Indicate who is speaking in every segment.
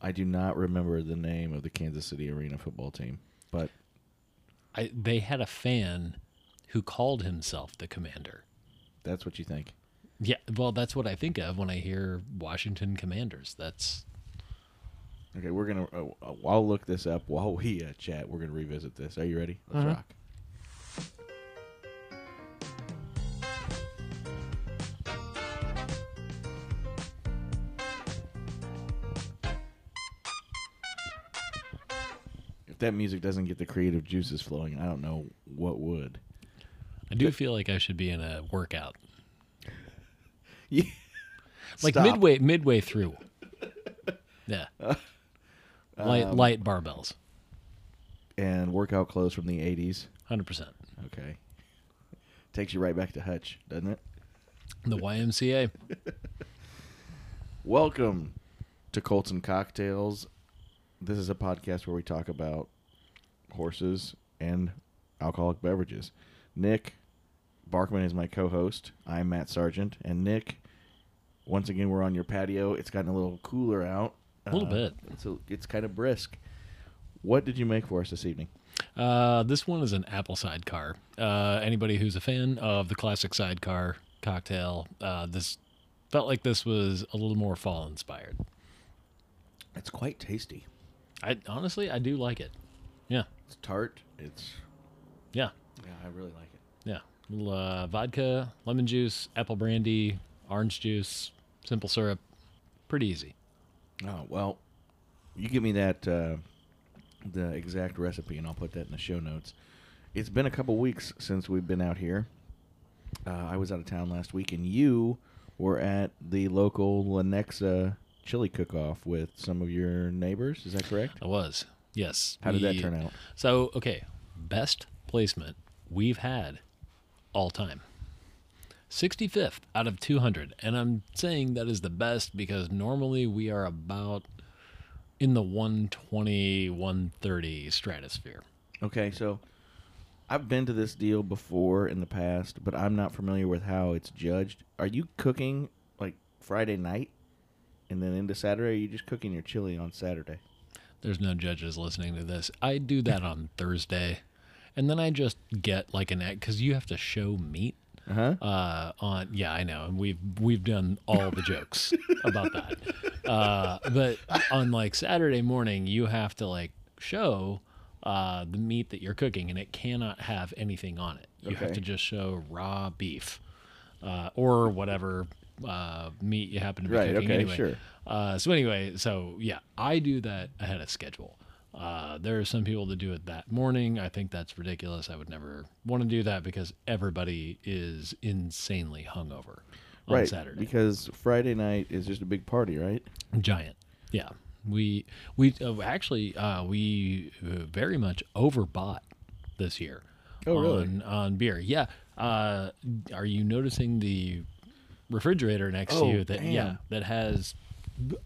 Speaker 1: I do not remember the name of the Kansas City Arena football team, but
Speaker 2: I, they had a fan who called himself the commander.
Speaker 1: that's what you think.
Speaker 2: Yeah, well, that's what I think of when I hear Washington Commanders. That's
Speaker 1: Okay, we're gonna. Uh, uh, I'll look this up while we uh, chat. We're gonna revisit this. Are you ready? Let's rock. If that music doesn't get the creative juices flowing, I don't know what would.
Speaker 2: I do feel like I should be in a workout.
Speaker 1: Yeah.
Speaker 2: Like
Speaker 1: Stop.
Speaker 2: midway midway through. Yeah. light light barbells.
Speaker 1: and workout clothes from the '80s.
Speaker 2: 100%.
Speaker 1: Okay, takes you right back to Hutch, doesn't it?
Speaker 2: The YMCA.
Speaker 1: Welcome to Colts and Cocktails. This is a podcast where we talk about horses and alcoholic beverages. Nick Barkman is my co host. I'm Matt Sargent. And Nick, once again, we're on your patio. It's gotten a little cooler out.
Speaker 2: A little bit.
Speaker 1: So it's kind of brisk. What did you make for us this evening?
Speaker 2: Uh, this one is an apple sidecar. Uh, anybody who's a fan of the classic sidecar cocktail, uh, this felt like this was a little more fall inspired.
Speaker 1: It's quite tasty.
Speaker 2: I honestly, I do like it. Yeah,
Speaker 1: It's tart. It's.
Speaker 2: yeah,
Speaker 1: Yeah, I really like it.
Speaker 2: yeah. Little, uh, vodka, lemon juice, apple brandy, orange juice, simple syrup. Pretty easy.
Speaker 1: Oh, well, you give me that uh, the exact recipe, and I'll put that in the show notes. It's been a couple weeks since we've been out here. Uh, I was out of town last week, and you were at the local Lenexa chili cook-off with some of your neighbors. Is that correct?
Speaker 2: I was. Yes.
Speaker 1: How did that
Speaker 2: we-
Speaker 1: turn out?
Speaker 2: So, okay, best placement we've had all time. 65th out of 200. And I'm saying that is the best because normally we are about in the 120, 130 stratosphere.
Speaker 1: Okay, so I've been to this deal before in the past, but I'm not familiar with how it's judged. Are you cooking like Friday night and then into Saturday? Or are you just cooking your chili on Saturday?
Speaker 2: There's no judges listening to this. I do that on Thursday. And then I just get like an act because you have to show meat.
Speaker 1: Uh-huh.
Speaker 2: Uh, on yeah, I know, and we've we've done all the jokes about that. Uh, but on like Saturday morning, you have to like show uh, the meat that you're cooking, and it cannot have anything on it. You have
Speaker 1: Okay.
Speaker 2: to just show raw beef uh, or whatever uh, meat you happen to be
Speaker 1: Right,
Speaker 2: cooking.
Speaker 1: okay,
Speaker 2: anyway.
Speaker 1: sure.
Speaker 2: Uh, so anyway, so yeah, I do that ahead of schedule. Uh, there are some people that do it that morning. I think that's ridiculous. I would never want to do that because everybody is insanely hungover on
Speaker 1: right,
Speaker 2: Saturday.
Speaker 1: Because Friday night is just a big party, right?
Speaker 2: Giant, yeah. We we uh, actually uh, we uh, very much overbought this year.
Speaker 1: Oh, really?
Speaker 2: On, on beer, yeah. Uh, are you noticing the refrigerator next
Speaker 1: Oh,
Speaker 2: to you that yeah
Speaker 1: damn.
Speaker 2: that has b-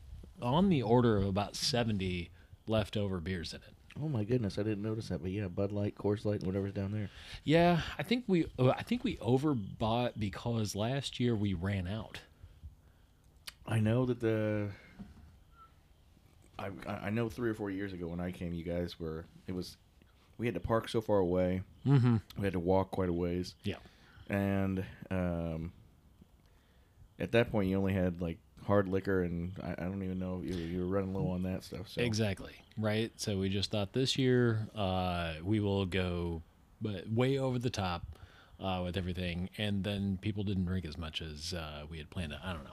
Speaker 2: on the order of about seventy leftover beers in it?
Speaker 1: Oh my goodness, I didn't notice that. But yeah, Bud Light, Coors Light, and whatever's down there.
Speaker 2: Yeah, I think we uh, I think we overbought because last year we ran out.
Speaker 1: I know that the. I I I know three or four years ago when I came, you guys were it was, we had to park so far away. Mm-hmm. We had to walk quite a ways,
Speaker 2: Yeah,
Speaker 1: and um. At that point, you only had like hard liquor, and I, I don't even know if you, you were running low on that stuff. So
Speaker 2: Exactly. Right. So we just thought this year uh, we will go but way over the top uh, with everything. And then people didn't drink as much as uh, we had planned. I don't know.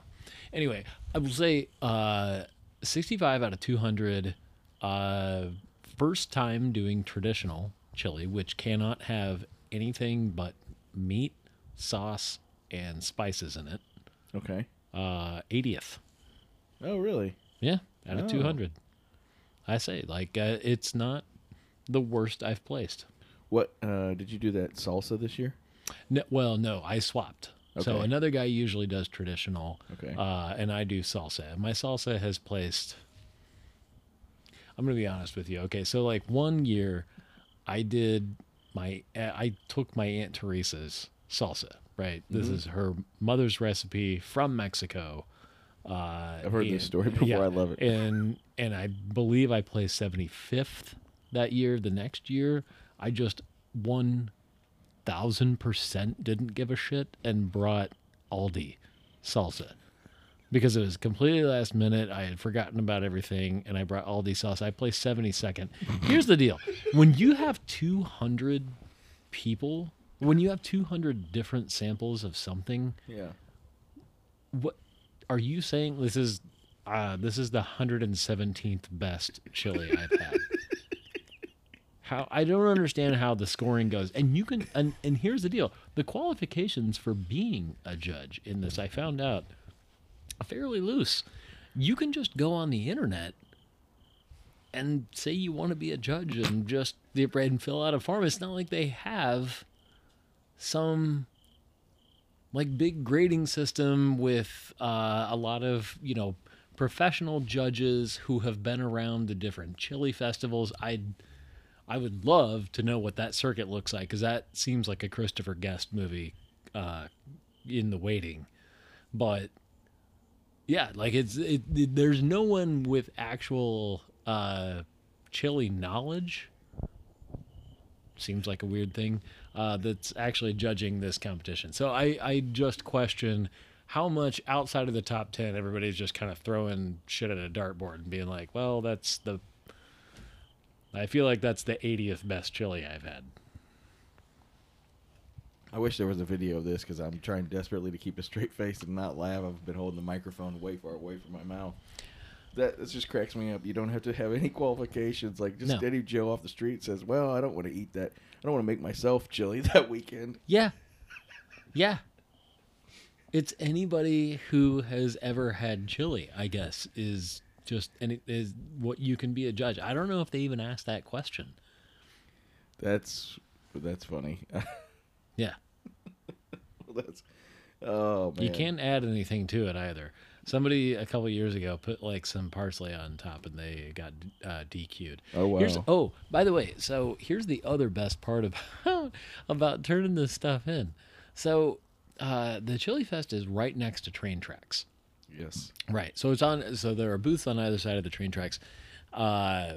Speaker 2: Anyway, I will say uh, 65 out of 200, uh, first time doing traditional chili, which cannot have anything but meat, sauce, and spices in it.
Speaker 1: okay.
Speaker 2: Uh, 80th.
Speaker 1: Oh really?
Speaker 2: Yeah, out of
Speaker 1: Oh.
Speaker 2: 200. I say, like, uh, it's not the worst I've placed.
Speaker 1: What uh, did you do that salsa this year?
Speaker 2: No, well, no, I swapped. So
Speaker 1: Okay.
Speaker 2: another guy usually does traditional,
Speaker 1: Okay.
Speaker 2: uh, and I do salsa. My salsa has placed. I'm gonna be honest with you. Okay, so like one year, I did my I took my aunt
Speaker 1: Mm-hmm.
Speaker 2: Teresa's salsa. Right, this is her mother's recipe from Mexico. Uh,
Speaker 1: I've heard this story before. I love it.
Speaker 2: And and I believe I placed seventy fifth that year. The next year, I just one thousand percent didn't give a shit and brought Aldi salsa because it was completely last minute. I had forgotten about everything, and I brought Aldi salsa. I placed seventy second. Here's the deal: when you have two hundred people, when you have two hundred different samples of something
Speaker 1: Yeah.
Speaker 2: what are you saying this is uh this is the 117th best chili i've had how i don't understand how the scoring goes and you can and, and here's the deal the qualifications for being a judge in this i found out are fairly loose you can just go on the internet and say you want to be a judge and just and fill out a form it's not like they have some like big grading system with uh, a lot of you know professional judges who have been around the different chili festivals i i would love to know what that circuit looks like because that seems like a christopher guest movie uh, in the waiting but yeah like it's it, it- there's no one with actual uh chili knowledge seems like a weird thing uh, that's actually judging this competition. So I, I just question how much outside of the top 10 everybody's just kind of throwing shit at a dartboard and being like, well, that's the. I feel like that's the 80th best chili I've had.
Speaker 1: I wish there was a video of this because I'm trying desperately to keep a straight face and not laugh. I've been holding the microphone way far away from my mouth. That this just cracks me up. You don't have to have any qualifications. Like just
Speaker 2: No.
Speaker 1: any Joe off the street says, "Well, I don't want to eat that. I don't want to make myself chili that weekend."
Speaker 2: Yeah. Yeah. It's anybody who has ever had chili, I guess, is just and it is what you can be a judge. I don't know if they even asked that question.
Speaker 1: That's that's funny.
Speaker 2: Yeah.
Speaker 1: that's oh man.
Speaker 2: You can't add anything to it either. Somebody a couple years ago put like some parsley on top, and they got uh, DQ'd.
Speaker 1: Oh,
Speaker 2: Here's-
Speaker 1: wow.
Speaker 2: oh, by the way, so here's the other best part about about turning this stuff in. So uh, the Chili Fest is right next to train tracks.
Speaker 1: Yes.
Speaker 2: Right. So it's on. So there are booths on either side of the train tracks. Uh,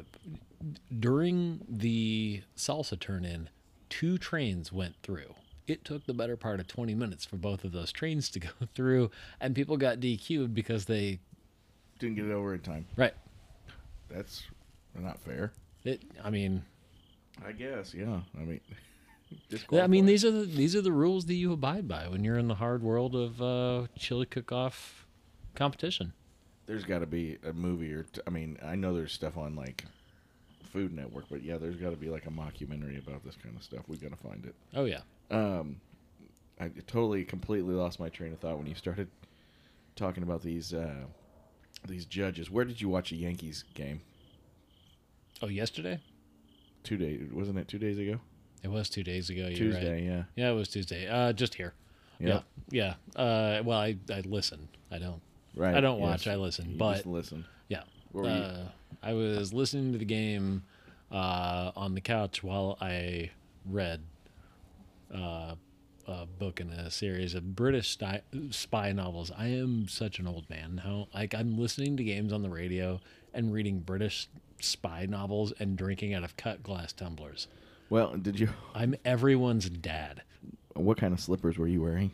Speaker 2: during the salsa turn in, two trains went through. It took the better part of 20 minutes for both of those trains to go through, and people got DQ'd because they.
Speaker 1: Didn't get it over in time.
Speaker 2: Right.
Speaker 1: That's not fair.
Speaker 2: It, I mean,
Speaker 1: I guess. Yeah. I mean.
Speaker 2: I mean
Speaker 1: disqualified.
Speaker 2: these are the these are the rules that you abide by when you're in the hard world of uh, chili cook-off competition.
Speaker 1: There's got to be a movie or t- I mean, I know there's stuff on like Food Network, but yeah, there's got to be like a mockumentary about this kind of stuff. We got to find it.
Speaker 2: Oh yeah.
Speaker 1: I totally completely lost my train of thought when you started talking about these uh these judges. Where did you watch a Yankees game?
Speaker 2: Oh, yesterday.
Speaker 1: Two days wasn't it? Two days ago,
Speaker 2: It was two days ago. You're right.
Speaker 1: Tuesday. Yeah,
Speaker 2: Yeah, it was Tuesday. Uh, just here.
Speaker 1: Yeah.
Speaker 2: Yeah. yeah. Uh, well, I, I listen. I don't.
Speaker 1: right.
Speaker 2: I don't
Speaker 1: yes.
Speaker 2: watch. I listen.
Speaker 1: You
Speaker 2: but
Speaker 1: just listen.
Speaker 2: yeah.
Speaker 1: Where were you?
Speaker 2: Uh, I was listening to the game uh, on the couch while I read uh, a book in a series of British sty- spy novels. I am such an old man now. Like I'm listening to games on the radio and reading British spy novels and drinking out of cut glass tumblers.
Speaker 1: Well, did you?
Speaker 2: I'm everyone's dad.
Speaker 1: What kind of slippers were you wearing?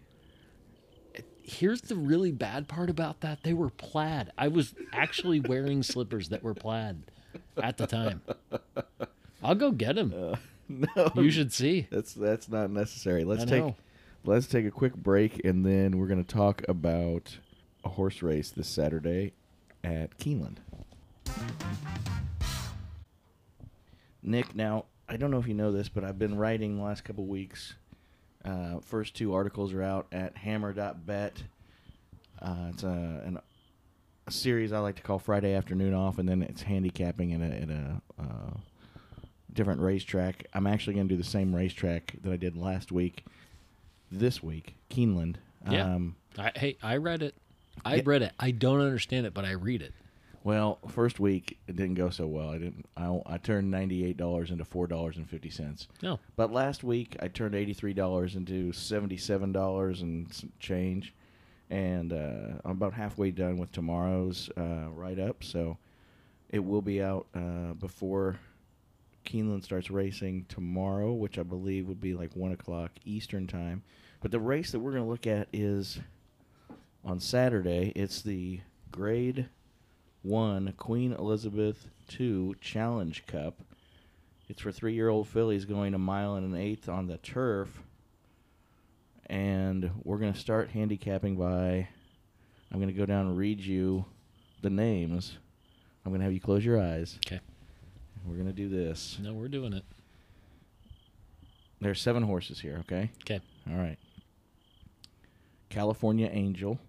Speaker 2: here's the really bad part about that they were plaid i was actually wearing slippers that were plaid at the time i'll go get them
Speaker 1: No,
Speaker 2: you should see
Speaker 1: That's that's not necessary. Let's
Speaker 2: I
Speaker 1: take
Speaker 2: know.
Speaker 1: let's take a quick break and then we're going to talk about a horse race this Saturday at Keeneland. Nick, now I don't know if you know this, but I've been writing the last couple weeks. Uh, first two articles are out at hammer.bet. Uh, it's a, an, a series I like to call Friday Afternoon Off, and then it's handicapping in a, in a uh, different racetrack. I'm actually going to do the same racetrack that I did last week. This week, Keeneland.
Speaker 2: Yeah.
Speaker 1: Um,
Speaker 2: I, hey i read it i
Speaker 1: Yeah.
Speaker 2: read it i don't understand it but i read it
Speaker 1: well, first week it didn't go so well. I didn't. I, I turned ninety eight dollars into four dollars and fifty cents.
Speaker 2: no
Speaker 1: But last week I turned eighty three dollars into seventy seven dollars and some change, and uh, I'm about halfway done with tomorrow's uh, write up, so it will be out uh, before Keeneland starts racing tomorrow, which I believe would be like one o'clock Eastern time. But the race that we're going to look at is on Saturday. It's the Grade One Queen Elizabeth II Challenge Cup. It's for three-year-old fillies going a mile and an eighth on the turf and we're going to start handicapping by I'm going to go down and read you the names. I'm going to have you close your eyes.
Speaker 2: Okay.
Speaker 1: We're going to do this.
Speaker 2: No, we're doing it.
Speaker 1: There's seven horses here, okay?
Speaker 2: Okay.
Speaker 1: All right. California Angel.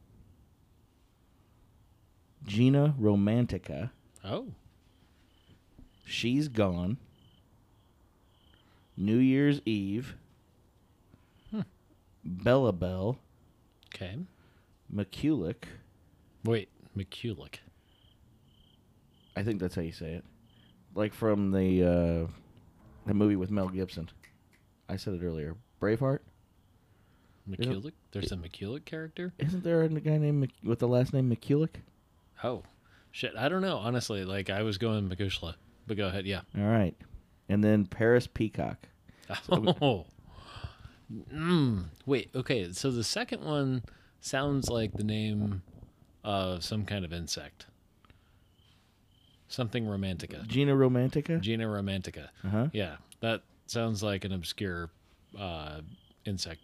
Speaker 1: Gina Romantica.
Speaker 2: Oh,
Speaker 1: She's Gone. New Year's Eve.
Speaker 2: Hmm.
Speaker 1: Bella Bell.
Speaker 2: okay.
Speaker 1: McCulick.
Speaker 2: Wait, McCulick.
Speaker 1: I think that's how you say it. Like from the uh, the movie with Mel Gibson. I said it earlier. Braveheart.
Speaker 2: McCulick? There's a McCulick character?
Speaker 1: Isn't there a guy named Mc- with the last name McCulick?
Speaker 2: Oh, shit. I don't know. Honestly, like I was going McCushla, but go ahead. Yeah.
Speaker 1: All right, and then Paris Peacock.
Speaker 2: Oh. Mm. Wait, okay. So the second one sounds like the name of some kind of insect. Something romantica.
Speaker 1: Gina Romantica.
Speaker 2: Gina romantica.
Speaker 1: Uh huh.
Speaker 2: Yeah, that sounds like an obscure uh, insect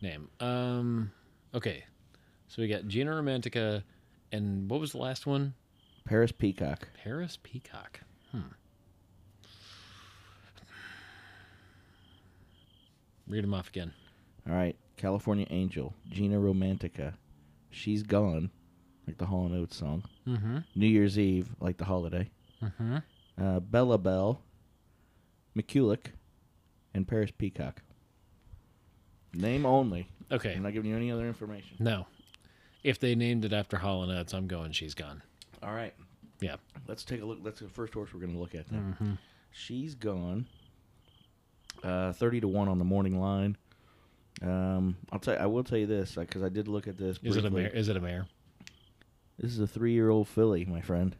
Speaker 2: name. Um, okay. So we got Gina romantica and what was the last one?
Speaker 1: Paris Peacock.
Speaker 2: Paris Peacock. Hmm. Read them off again.
Speaker 1: All right, California Angel. Gina Romantica. She's gone, like the Hall and Oates song.
Speaker 2: Mm-hmm.
Speaker 1: New Year's Eve, like the holiday.
Speaker 2: Mm-hmm.
Speaker 1: Uh, Bella Bell. McCulick, and Paris Peacock. Name only.
Speaker 2: Okay.
Speaker 1: I'm not giving you any other information.
Speaker 2: No. If they named it after Hall and Oates, I'm going. She's gone.
Speaker 1: All right.
Speaker 2: Yeah.
Speaker 1: Let's take a look. That's the first horse we're going to look at.
Speaker 2: Hmm.
Speaker 1: Then.
Speaker 2: Mm-hmm.
Speaker 1: She's gone. Uh, Thirty to one on the morning line. Um, I'll tell. I will tell you this because I did look at this.
Speaker 2: Is it a
Speaker 1: briefly.
Speaker 2: mare? Is it a mare?
Speaker 1: This is a three-year-old filly, my friend.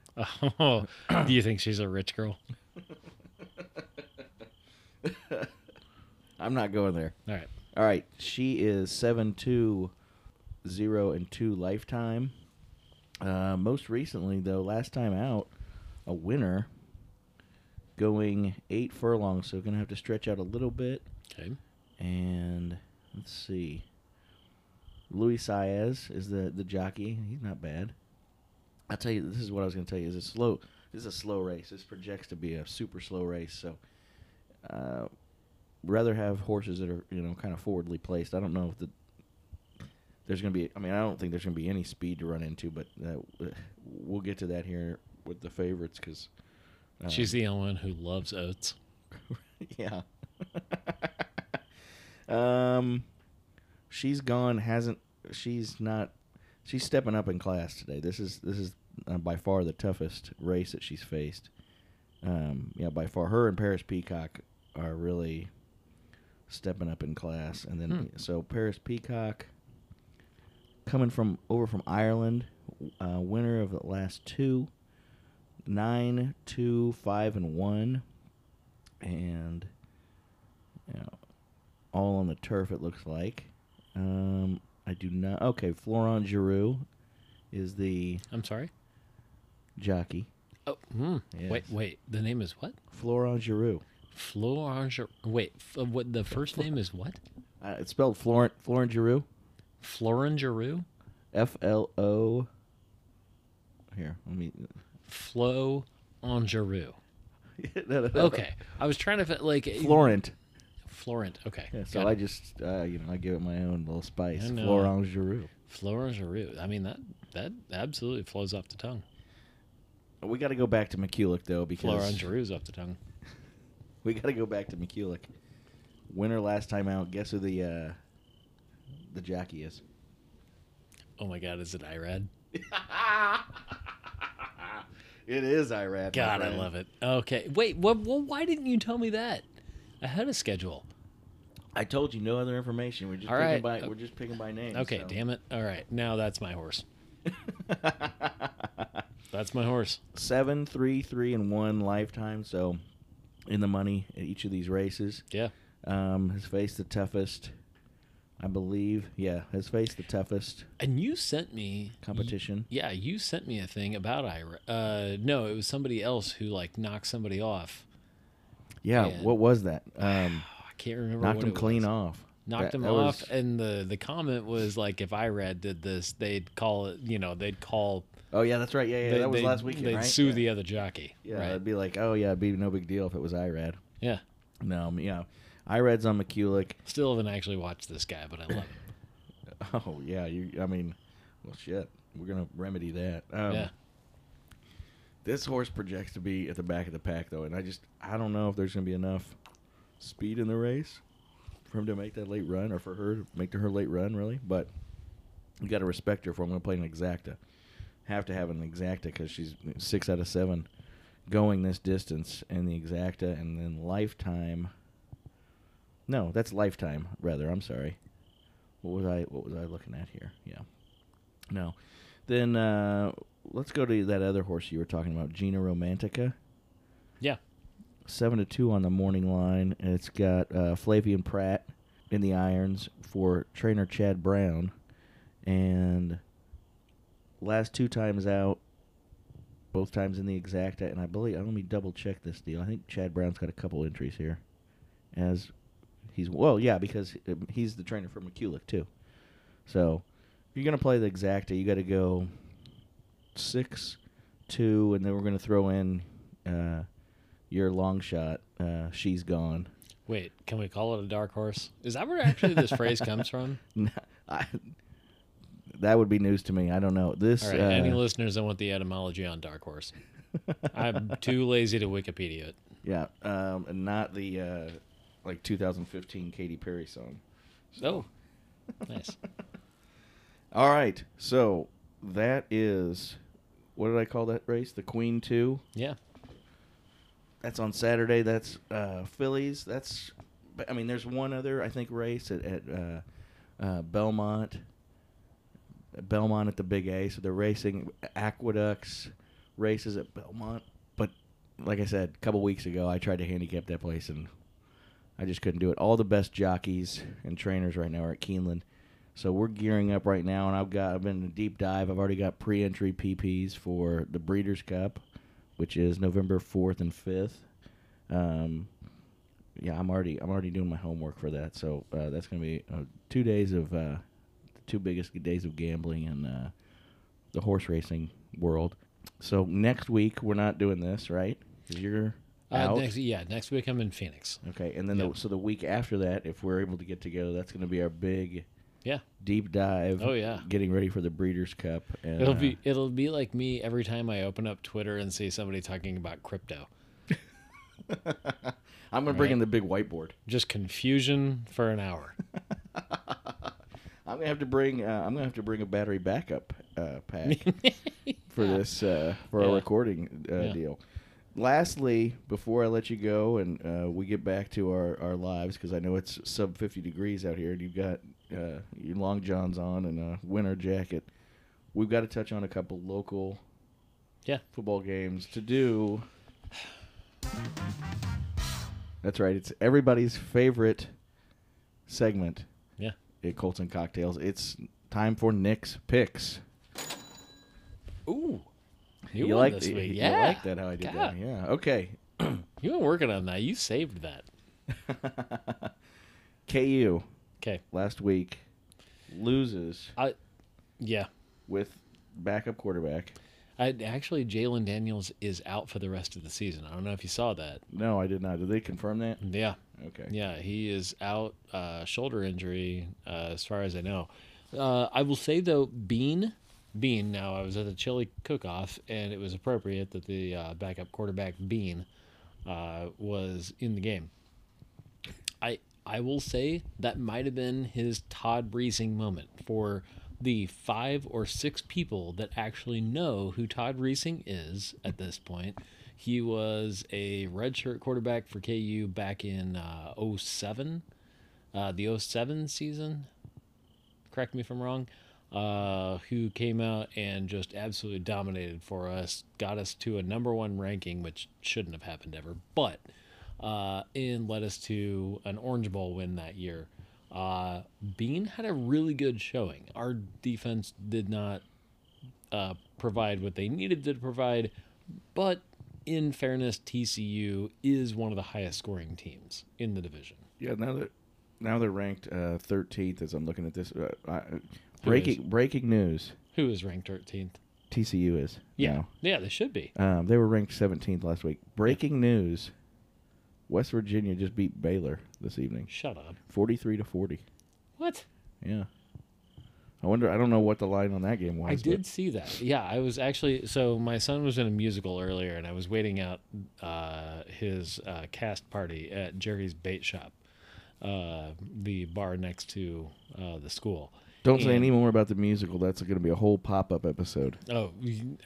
Speaker 2: Oh, do you think she's a rich girl?
Speaker 1: I'm not going there.
Speaker 2: All right.
Speaker 1: All right. She is seven two zero and two lifetime. Uh, most recently, though, last time out, a winner going eight furlongs, so going to have to stretch out a little bit.
Speaker 2: Okay.
Speaker 1: And let's see. Luis Saez is the, the jockey. He's not bad. I'll tell you, this is what I was going to tell you. Is a slow. This is a slow race. This projects to be a super slow race. So, uh, rather have horses that are you know kind of forwardly placed. I don't know if the there's going to be. I mean, I don't think there's going to be any speed to run into. But that, we'll get to that here with the favorites uh, because
Speaker 2: she's the only one who loves oats.
Speaker 1: yeah. um, she's gone. Hasn't she's not she's stepping up in class today. This is this is uh, by far the toughest race that she's faced. Um, yeah, by far her and Paris Peacock are really stepping up in class. And then so Paris Peacock coming from over from Ireland, uh, winner of the last two, nine, two, five, and one, and you know, all on the turf. It looks like. Um, I do not. Okay, Florent Giroux is the
Speaker 2: I'm sorry.
Speaker 1: jockey.
Speaker 2: Oh, hmm. wait,
Speaker 1: Yes.
Speaker 2: wait. The name is what?
Speaker 1: Florent Giroux.
Speaker 2: Florange. Wait, f- uh, what? The first name is what?
Speaker 1: Uh, it's spelled Florent Florent Giroux.
Speaker 2: Florangeroo?
Speaker 1: F L O. Here, let me.
Speaker 2: Flo Angeroo.
Speaker 1: No, no, no.
Speaker 2: Okay. I was trying to fi- like
Speaker 1: Florent.
Speaker 2: Florent. Okay.
Speaker 1: Yeah, so
Speaker 2: got
Speaker 1: I
Speaker 2: it.
Speaker 1: just uh, you know I give it my own little spice.
Speaker 2: I know.
Speaker 1: Florent Giroux.
Speaker 2: Florangeroo. I mean that that absolutely flows off the tongue.
Speaker 1: We got to go back to McCulick though because
Speaker 2: Florangeroo's off the tongue.
Speaker 1: we got to go back to McCulick. Winner last time out. Guess who the uh, the jockey is?
Speaker 2: Oh my god, is it Irad?
Speaker 1: It is Irad.
Speaker 2: God, I love it. Okay. Wait, what, well, why didn't you tell me that? Ahead of schedule.
Speaker 1: I told you no other information. We're just
Speaker 2: All
Speaker 1: picking
Speaker 2: right.
Speaker 1: by
Speaker 2: Oh.
Speaker 1: we're just picking by name.
Speaker 2: Okay,
Speaker 1: so.
Speaker 2: damn it. All right, now that's my horse. that's my horse.
Speaker 1: Seven, three, three, and one lifetime. So in the money at each of these races.
Speaker 2: Yeah.
Speaker 1: Um, has faced the toughest, I believe. Yeah, has faced the toughest
Speaker 2: And you sent me
Speaker 1: competition.
Speaker 2: Yeah, you sent me a thing about Ira. Uh, no, it was somebody else who like knocked somebody off.
Speaker 1: Yeah,
Speaker 2: Yeah.
Speaker 1: what was that? Um,
Speaker 2: Oh, I can't remember.
Speaker 1: knocked
Speaker 2: what
Speaker 1: him
Speaker 2: it
Speaker 1: clean
Speaker 2: was.
Speaker 1: off.
Speaker 2: Knocked
Speaker 1: That-
Speaker 2: him
Speaker 1: that
Speaker 2: off,
Speaker 1: was-
Speaker 2: and the the comment was like, if Irad did this, they'd call it. You know, they'd call.
Speaker 1: oh yeah, that's right. Yeah, yeah,
Speaker 2: they-
Speaker 1: that was
Speaker 2: they'd-
Speaker 1: last weekend,
Speaker 2: They'd
Speaker 1: right?
Speaker 2: sue
Speaker 1: yeah.
Speaker 2: the other jockey.
Speaker 1: Yeah,
Speaker 2: right.
Speaker 1: it'd be like, oh yeah, it'd be no big deal if it was Irad.
Speaker 2: yeah.
Speaker 1: No, um, yeah, Irad's on McCulick.
Speaker 2: Still haven't actually watched this guy, but I love him.
Speaker 1: Oh yeah, you. I mean, well shit, we're gonna remedy that. Um,
Speaker 2: yeah.
Speaker 1: This horse projects to be at the back of the pack though, and I just I don't know if there's gonna be enough speed in the race for him to make that late run, or for her to make her late run really. But you got to respect her. For I'm gonna play an exacta, have to have an exacta because she's six out of seven going this distance in the exacta, and then lifetime. No, that's lifetime rather. I'm sorry. What was I? What was I looking at here? Yeah. No. Then uh, let's go to that other horse you were talking about, Gina Romantica.
Speaker 2: Yeah.
Speaker 1: Seven to two on the morning line, and it's got uh, Flavian Pratt in the irons for trainer Chad Brown, and last two times out, both times in the exacta, and I believe let me double check this deal. I think Chad Brown's got a couple entries here, as he's well, yeah, because um, he's the trainer for McCulick too. So if you're gonna play the exacta, you got to go six, two, and then we're gonna throw in uh, your long shot. Uh, she's gone.
Speaker 2: Wait, can we call it a dark horse? Is that where actually this phrase comes from?
Speaker 1: I, that would be news to me. I don't know this.
Speaker 2: All right.
Speaker 1: uh,
Speaker 2: any listeners that want the etymology on dark horse? I'm too lazy to Wikipedia it.
Speaker 1: yeah, um, and not the uh, like 2015 Katy Perry song.
Speaker 2: Oh, nice.
Speaker 1: All right, so that is what did I call that race? The Queen Two.
Speaker 2: Yeah.
Speaker 1: that's on Saturday. That's uh, Phillies. That's but, I mean, there's one other I think race at, at uh, uh, Belmont. Belmont at the Big A, so they're racing aqueducts races at Belmont. But like I said, a couple weeks ago, I tried to handicap that place and I just couldn't do it. All the best jockeys and trainers right now are at Keeneland, so we're gearing up right now. And I've got I've been in a deep dive. I've already got pre-entry PPs for the Breeders' Cup, which is November fourth and fifth. Um, yeah, I'm already I'm already doing my homework for that. So uh, that's gonna be uh, two days of uh, the two biggest days of gambling in uh, the horse racing world. So next week we're not doing this, right? 'Cause You're
Speaker 2: Uh,
Speaker 1: out.
Speaker 2: next, yeah, next week I'm in Phoenix.
Speaker 1: Okay, and then
Speaker 2: Yep.
Speaker 1: the, so the week after that, if we're able to get together, that's going to be our big
Speaker 2: Yeah,
Speaker 1: deep dive.
Speaker 2: Oh, yeah.
Speaker 1: getting ready for the Breeders' Cup. And,
Speaker 2: it'll
Speaker 1: uh,
Speaker 2: be it'll be like me every time I open up Twitter and see somebody talking about crypto.
Speaker 1: I'm going to bring
Speaker 2: right.
Speaker 1: in the big whiteboard.
Speaker 2: Just confusion for an hour.
Speaker 1: I'm going to have to bring. Uh, I'm going to have to bring a battery backup uh, pack for this uh, for our
Speaker 2: Yeah.
Speaker 1: recording uh,
Speaker 2: Yeah.
Speaker 1: deal. Lastly, before I let you go and uh, we get back to our, our lives, because I know it's sub 50 degrees out here and you've got uh, your long johns on and a winter jacket, we've got to touch on a couple local
Speaker 2: Yeah.
Speaker 1: football games to do. That's right. It's everybody's favorite segment
Speaker 2: Yeah.
Speaker 1: at Colts and Cocktails. It's time for Nick's picks.
Speaker 2: Ooh. You,
Speaker 1: you
Speaker 2: won
Speaker 1: like
Speaker 2: this
Speaker 1: you-
Speaker 2: week.
Speaker 1: you
Speaker 2: Yeah.
Speaker 1: like that how I did
Speaker 2: God,
Speaker 1: that? Yeah. Okay.
Speaker 2: You were working on that. You saved that.
Speaker 1: KU
Speaker 2: Okay.
Speaker 1: last week loses
Speaker 2: I yeah.
Speaker 1: with backup quarterback.
Speaker 2: I actually Jalen Daniels is out for the rest of the season. I don't know if you saw that.
Speaker 1: No, I did not. Did they confirm that?
Speaker 2: Yeah.
Speaker 1: Okay.
Speaker 2: Yeah, he is out uh, shoulder injury, uh, as far as I know. Uh, I will say though, Bean, Bean. Now I was at the chili cook-off, and it was appropriate that the uh, backup quarterback Bean uh, was in the game. I I will say that might have been his Todd Breesing moment for the five or six people that actually know who Todd Breesing is at this point. He was a redshirt quarterback for KU back in uh, 07. uh, the 07 season, correct me if I'm wrong, uh, who came out and just absolutely dominated for us, got us to a number one ranking, which shouldn't have happened ever, but uh, and led us to an Orange Bowl win that year. Uh, Bean had a really good showing. Our defense did not uh, provide what they needed to provide, but in fairness, TCU is one of the highest scoring teams in the division.
Speaker 1: Yeah, now they're now they're ranked uh, thirteenth. as I'm looking at this, uh, I, breaking breaking news:
Speaker 2: Who is ranked 13th?
Speaker 1: TCU is
Speaker 2: Yeah.
Speaker 1: now.
Speaker 2: Yeah, they should be.
Speaker 1: Um, they were ranked 17th last week. Breaking news: West Virginia just beat Baylor this evening,
Speaker 2: Shut up.
Speaker 1: 43 to 40.
Speaker 2: What?
Speaker 1: Yeah. I wonder. I don't know what the line on that game was.
Speaker 2: I
Speaker 1: but-
Speaker 2: did see that. Yeah, I was actually. So my son was in a musical earlier, and I was waiting out uh, his uh, cast party at Jerry's Bait Shop, uh, the bar next to uh, the school.
Speaker 1: Don't say
Speaker 2: and-
Speaker 1: any more about the musical. That's going to be a whole pop-up episode.
Speaker 2: Oh,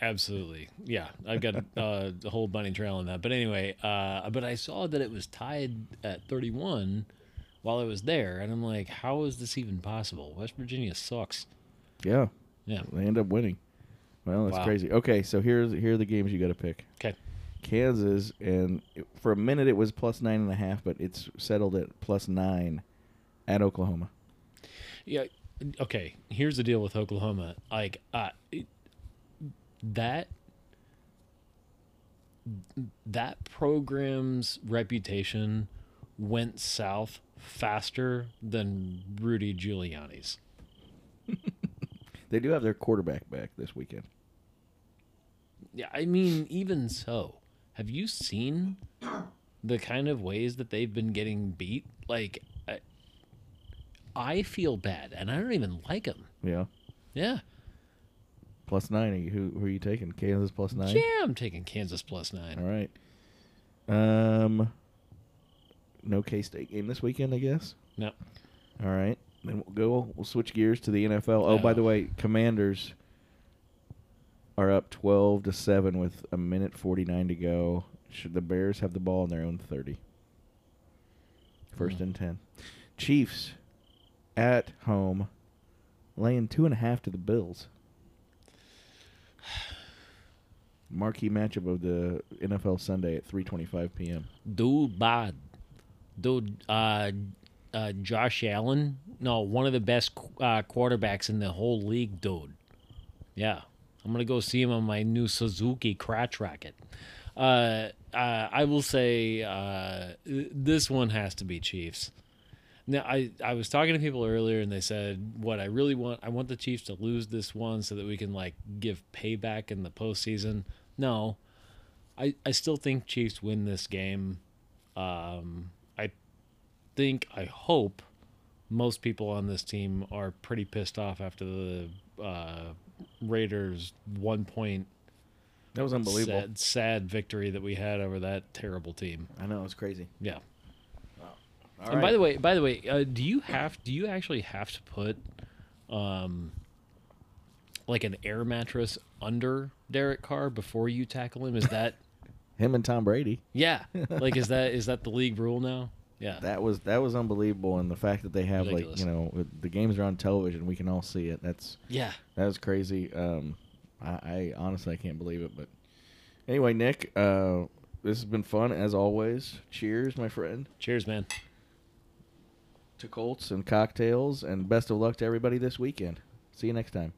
Speaker 2: absolutely. Yeah, I've got uh, a whole bunny trail on that. But anyway, uh, but I saw that it was tied at 31 while I was there, and I'm like, how is this even possible? West Virginia sucks.
Speaker 1: Yeah,
Speaker 2: Yeah.
Speaker 1: they end up winning. Well, that's
Speaker 2: Wow.
Speaker 1: crazy. Okay, so here's here are the games you got to pick.
Speaker 2: Okay.
Speaker 1: Kansas, and it- for a minute it was plus nine and a half, but it's settled at plus nine at Oklahoma.
Speaker 2: Yeah. Okay. Here's the deal with Oklahoma. Like, uh, it, that that program's reputation went south faster than Rudy Giuliani's.
Speaker 1: They do have their quarterback back this weekend.
Speaker 2: Yeah, I mean, even so, have you seen the kind of ways that they've been getting beat? Like, I, I feel bad, and I don't even like them.
Speaker 1: Yeah,
Speaker 2: Yeah.
Speaker 1: plus nine. Are you, who, who are you taking? Kansas plus nine.
Speaker 2: Yeah, I'm taking Kansas plus nine.
Speaker 1: All right. Um, no K State game this weekend, I guess.
Speaker 2: No.
Speaker 1: All right. Then we'll go. We'll switch gears to the NFL. Oh, by
Speaker 2: Oh.
Speaker 1: the way, Commanders are up twelve to seven with a minute forty nine to go. Should the Bears have the ball in their own thirty? First and ten. Chiefs at home, laying two and a half to the Bills. Marquee matchup of the NFL Sunday at three twenty five p.m.
Speaker 2: Do bad. Do uh, uh, Josh Allen? No, one of the best qu- uh, quarterbacks in the whole league, dude. Yeah, I'm gonna go see him on my new Suzuki crotch rocket. Uh, uh, I will say uh, this one has to be Chiefs. Now, I, I was talking to people earlier and they said, What I really want, I want the Chiefs to lose this one so that we can like give payback in the postseason. No, I, I still think Chiefs win this game. Um, I think, I hope most people on this team are pretty pissed off after the uh, Raiders one point
Speaker 1: That was unbelievable.
Speaker 2: sad, sad victory that we had over that terrible team.
Speaker 1: I know it was crazy.
Speaker 2: Yeah.
Speaker 1: All
Speaker 2: and
Speaker 1: right.
Speaker 2: by the way, by the way, uh, do you have do you actually have to put um like an air mattress under Derek Carr before you tackle him? Is that
Speaker 1: him and Tom Brady.
Speaker 2: yeah? Like is that is that the league rule now? Yeah.
Speaker 1: That was that was unbelievable, and the fact that they have
Speaker 2: Ridiculous.
Speaker 1: like you know the games are on television, we can all see it. That's
Speaker 2: yeah.
Speaker 1: that was crazy. Um, I, I honestly I can't believe it, but anyway, Nick, uh, this has been fun as always. Cheers, my friend,
Speaker 2: Cheers, man.
Speaker 1: to Colts and cocktails, and best of luck to everybody this weekend. See you next time.